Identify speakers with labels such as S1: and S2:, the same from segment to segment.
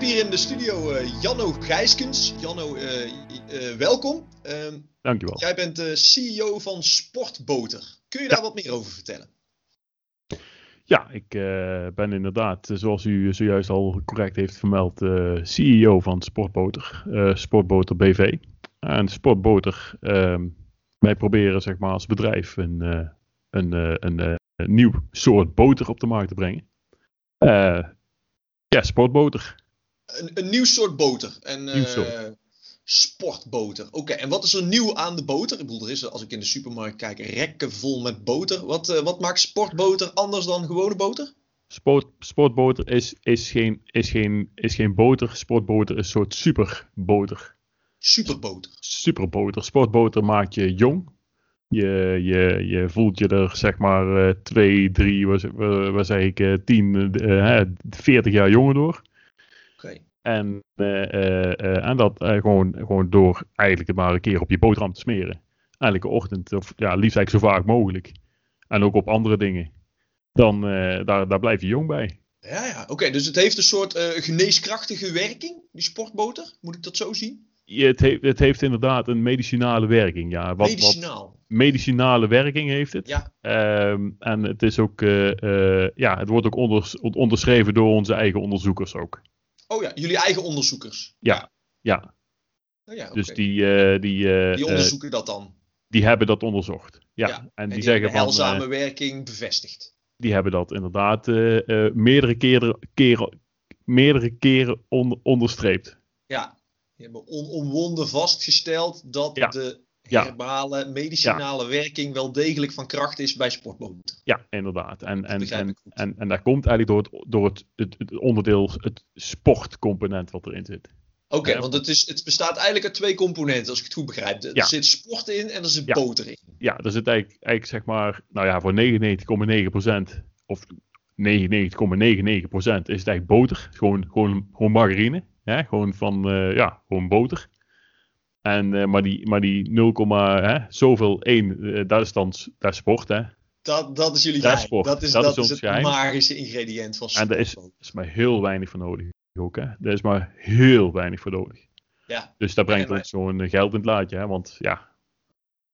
S1: hier in de studio eh, Janno Gijskens. Janno, eh, eh, welkom. Ehm,
S2: Dankjewel.
S1: jij bent eh, de CEO van Sportboter. Kun je daar wat meer over vertellen?
S2: Ja, ik eh, ben inderdaad, eh, zoals u zojuist al correct heeft vermeld, eh, CEO van Sportboter, eh, Sportboter BV. En Sportboter, ehm, wij proberen zeg maar als bedrijf een, eh, een, eh, een, eh, een nieuw soort boter op de markt te brengen. Eh, ja, Sportboter.
S1: Een, een nieuw soort boter. En,
S2: Nieuw soort.
S1: eh, Sportboter. Oké, en wat is er nieuw aan de boter? Ik bedoel, er is, als ik in de supermarkt kijk, rekken vol met boter. Wat, eh, wat maakt sportboter anders dan gewone boter?
S2: Sport, sportboter is, is, geen, is, geen, is geen boter, Sportboter is een soort superboter.
S1: Superboter.
S2: superboter. Sportboter maakt je jong. Je, je, je voelt je er zeg maar eh, twee, drie, waar, waar, waar zei ik, eh, tien, eh, eh, veertig jaar jonger door.
S1: Oké.
S2: En, eh, eh, eh, en dat eh, gewoon, gewoon door eigenlijk het maar een keer op je boterham te smeren. Elke ochtend, of ja, liefst eigenlijk zo vaak mogelijk. En ook op andere dingen. Dan, eh, daar, daar blijf je jong bij.
S1: Ja, ja. Oké, dus het heeft een soort eh, geneeskrachtige werking, die sportboter. Moet ik dat zo zien?
S2: Je, het, heeft, het heeft inderdaad een medicinale werking. Ja. Wat, wat
S1: Medicinaal.
S2: medicinale werking heeft het.
S1: Ja,
S2: Ehm, en het, is ook, eh, eh, ja, het wordt ook onders- on- onderschreven door onze eigen onderzoekers ook.
S1: oh ja, jullie eigen onderzoekers.
S2: Ja,
S1: Oh ja,
S2: dus
S1: oké.
S2: die, eh, die, eh,
S1: Die
S2: eh,
S1: onderzoeken dat dan. En,
S2: die hebben dat onderzocht. Ja,
S1: Ja,
S2: en,
S1: die,
S2: die,
S1: hebben
S2: zeggen
S1: de
S2: van, eh,
S1: heilzame werking bevestigt.
S2: die hebben dat inderdaad eh, eh, meerdere keren, keren, meerdere keren on- onderstreept.
S1: Ja, die hebben onomwonden vastgesteld dat
S2: Ja.
S1: de
S2: Ja.
S1: herbale medicinale werking wel degelijk van kracht is bij sportboten.
S2: Ja, inderdaad. En, en,
S1: begrijp
S2: en,
S1: ik goed.
S2: en, en dat komt eigenlijk door het, door het, het, het onderdeel, het sportcomponent wat erin zit.
S1: Oké,
S2: Ja.
S1: want het, is, het bestaat eigenlijk uit twee componenten, als ik het goed begrijp. Er
S2: Ja.
S1: zit sport in en er zit
S2: Ja.
S1: boter in.
S2: ja, er zit eigenlijk, eigenlijk zeg maar, nou ja, voor 99,9% of 99,99% is het eigenlijk boter. Gewoon, gewoon, gewoon margarine. Hè? Gewoon van, eh, ja, gewoon boter. En, eh, maar die, maar die 0, hè, zoveel 1, eh, dat is dan s- dat is sport. Hè?
S1: Dat, dat is jullie
S2: Dat is
S1: geheim.
S2: sport.
S1: Dat is,
S2: Dat
S1: dat
S2: is
S1: is
S2: ons
S1: het
S2: geheim.
S1: magische ingrediënt van
S2: En daar is,
S1: sportboten.
S2: is maar heel weinig voor nodig ook. Hè? Er is maar heel weinig voor nodig.
S1: Ja.
S2: Dus dat brengt
S1: En wij-
S2: ons zo'n eh, geld in het laadje. Hè? Want ja,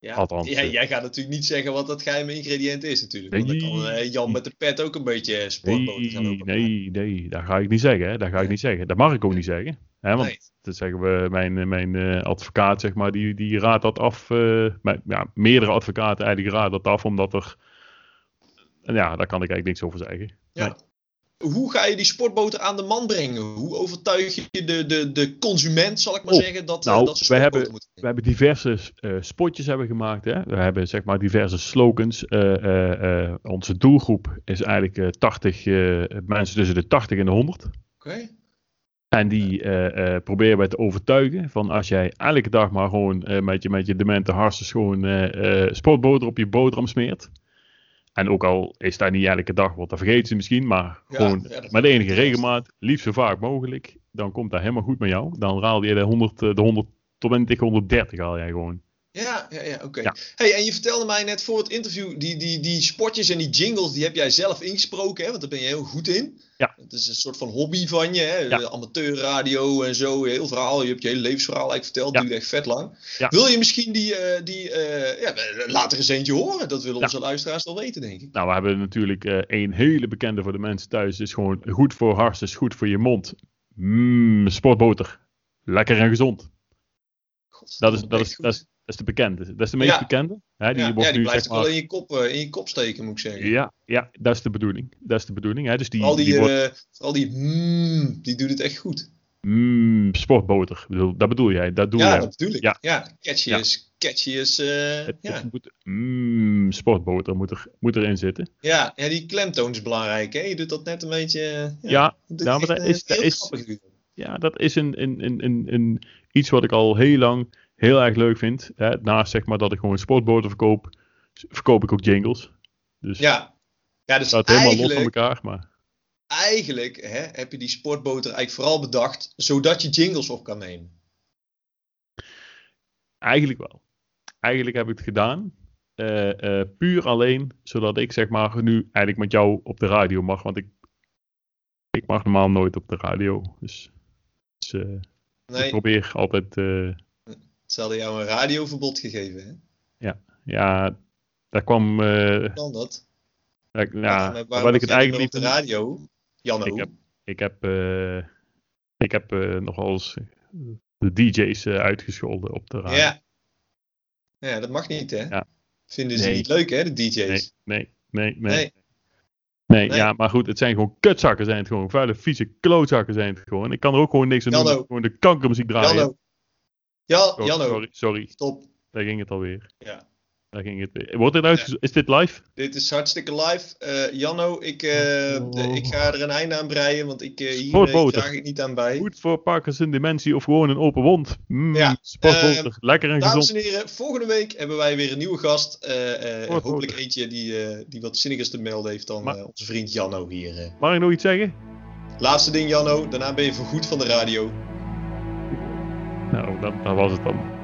S1: Ja,
S2: Althans,
S1: ja,
S2: eh.
S1: jij gaat natuurlijk niet zeggen wat dat geheime ingrediënt is natuurlijk. Want dan kan
S2: Nee.
S1: eh, Jan met de pet ook een beetje sportboten gaan
S2: nee,
S1: openmaken.
S2: nee, nee, dat ga ik niet zeggen. Hè? Dat ga ik
S1: Nee.
S2: niet zeggen. Dat mag ik ook niet zeggen. Hè? Want
S1: Nee.
S2: dat zeggen we, mijn, eh, mijn eh, advocaat, zeg maar, die, die raadt dat af. eh, maar, ja, meerdere advocaten eigenlijk raden dat af, omdat er. en Ja, daar kan ik eigenlijk niks over zeggen.
S1: Ja. Hoe ga je die sportboter aan de man brengen? Hoe overtuig je de, de, de consument, zal ik maar
S2: Oh,
S1: zeggen, dat, eh,
S2: nou,
S1: dat ze
S2: wij
S1: sportboter
S2: hebben-
S1: moeten
S2: We hebben diverse eh, spotjes hebben gemaakt. Hè? We hebben zeg maar diverse slogans. Eh, eh, eh, onze doelgroep is eigenlijk eh, 80 eh, mensen tussen de 80 en de 100.
S1: Oké.
S2: En die eh, eh, proberen wij te overtuigen van als jij elke dag maar gewoon eh, met, je, met je demente hartstikke gewoon eh, eh, sportboter op je boterham smeert. En ook al is dat niet elke dag, want dat vergeten ze misschien, maar
S1: Ja,
S2: gewoon
S1: ja, dat-
S2: met enige regelmaat, liefst zo vaak mogelijk, dan komt dat helemaal goed met jou. Dan raal je de, 100, eh, de 120, 130 haal jij gewoon.
S1: Ja, ja, ja oké.
S2: Ja.
S1: Hey, en je vertelde mij net voor het interview, die, die, die spotjes en die jingles, die heb jij zelf ingesproken, hè? want daar ben je heel goed in.
S2: Ja.
S1: Het is een soort van hobby van je, hè?
S2: Ja.
S1: amateurradio en zo, heel verhaal. Je hebt je hele levensverhaal eigenlijk verteld,
S2: Ja.
S1: duurde echt vet lang.
S2: Ja.
S1: Wil je misschien die, eh, die eh, ja, laat er eens eentje horen? Dat willen
S2: Ja.
S1: onze luisteraars wel weten, denk ik.
S2: Nou, we hebben natuurlijk eh één hele bekende voor de mensen thuis. is gewoon goed voor hart, is goed voor je mond. Mmm, sportboter. Lekker en gezond.
S1: God,
S2: Dat is,
S1: komt
S2: dat,
S1: echt
S2: is,
S1: goed.
S2: dat, is, dat is de bekende. Dat is de meest
S1: Ja.
S2: bekende. Hè, die
S1: ja,
S2: wordt
S1: ja, die
S2: nu
S1: blijft
S2: zeg
S1: ook wel
S2: maar.
S1: in je, kop, eh, in je kop steken, moet ik zeggen.
S2: Ja, ja, dat is de bedoeling. Dat is de bedoeling. Hè. Dus die,
S1: Vooral die,
S2: die wordt
S1: eh, vooral die, mm, die doet het echt goed.
S2: mm, sportboter. Ik bedoel, dat bedoel jij. Dat doen
S1: eh, ja,
S2: wij.
S1: dat bedoel ik. Ja,
S2: Ja.
S1: catchy
S2: Ja.
S1: is, catchy is, eh,
S2: Het,
S1: ja.
S2: het moet, mm, sportboter moet, er, moet erin zitten.
S1: Ja, ja, die klemtoon is belangrijk. Hè? Je doet dat net een beetje. eh, Ja,
S2: Ja, ja,
S1: dat
S2: nou, maar
S1: echt,
S2: dat
S1: eh,
S2: is- dat
S1: heel
S2: is-
S1: grappig nu.
S2: dat is een, een, een, een, een, iets wat ik al heel lang heel erg leuk vind. Hè. Naast zeg maar dat ik gewoon sportboter verkoop, verkoop ik ook jingles. Dus dat
S1: Ja. ja, dus
S2: staat helemaal los van
S1: eigenlijk,
S2: elkaar. Maar
S1: eigenlijk hè, heb je die sportboter eigenlijk vooral bedacht zodat je jingles op kan nemen.
S2: Eigenlijk wel. Eigenlijk heb ik het gedaan. eh, eh, puur alleen, zodat ik zeg maar nu eigenlijk met jou op de radio mag. Want ik, ik mag normaal nooit op de radio. Dus Dus eh, ik
S1: Nee,
S2: probeer altijd. eh,
S1: ze hadden jou een radioverbod gegeven, hè?
S2: ja, daar kwam. eh,
S1: Dan dat.
S2: daar-
S1: Waarom-
S2: ja,
S1: waarom
S2: waar ik
S1: was
S2: het
S1: jij
S2: eigenlijk
S1: meer op
S2: niet.
S1: de radio, Janno.
S2: Ik heb- Ik heb, eh, ik heb eh, nogal eens de DJ's eh, uitgescholden op de radio.
S1: ja. ja, dat mag niet, hè?
S2: Ja.
S1: Vinden ze
S2: Nee.
S1: niet leuk, hè, de DJ's?
S2: Nee, nee, nee, nee.
S1: Nee.
S2: Nee,
S1: Nee.
S2: ja, maar goed, het zijn gewoon kutzakken zijn het gewoon. Vuile, vieze klootzakken zijn het gewoon. Ik kan er ook gewoon niks aan doen.
S1: Janno.
S2: dat ik Gewoon de kankermuziek draaien.
S1: Janno. Ja,
S2: Oh,
S1: Janno,
S2: Sorry, sorry,
S1: stop.
S2: daar ging het alweer.
S1: Ja.
S2: Daar ging het weer. Wordt dit uitgezonden? Is dit live?
S1: Dit is hartstikke live. Eh, Janno, ik, eh,
S2: Oh.
S1: de- ik ga er een einde aan breien, want ik, eh hier eh,
S2: Sportboter.
S1: draag ik niet aan bij.
S2: Goed voor Parkinson, dementie of gewoon een open wond. Mm,
S1: Ja, ehm,
S2: sportboter. Lekker en
S1: Dames
S2: gezond.
S1: en heren, volgende week hebben wij weer een nieuwe gast. Eh, eh,
S2: Sportboter.
S1: hopelijk eentje die, eh, die wat zinnigers te melden heeft dan
S2: Maar-
S1: eh, onze vriend Janno hier. eh.
S2: Mag ik nog iets zeggen?
S1: Laatste ding, Janno. Daarna ben je voorgoed van de radio.
S2: Nou, dat, dat was het dan.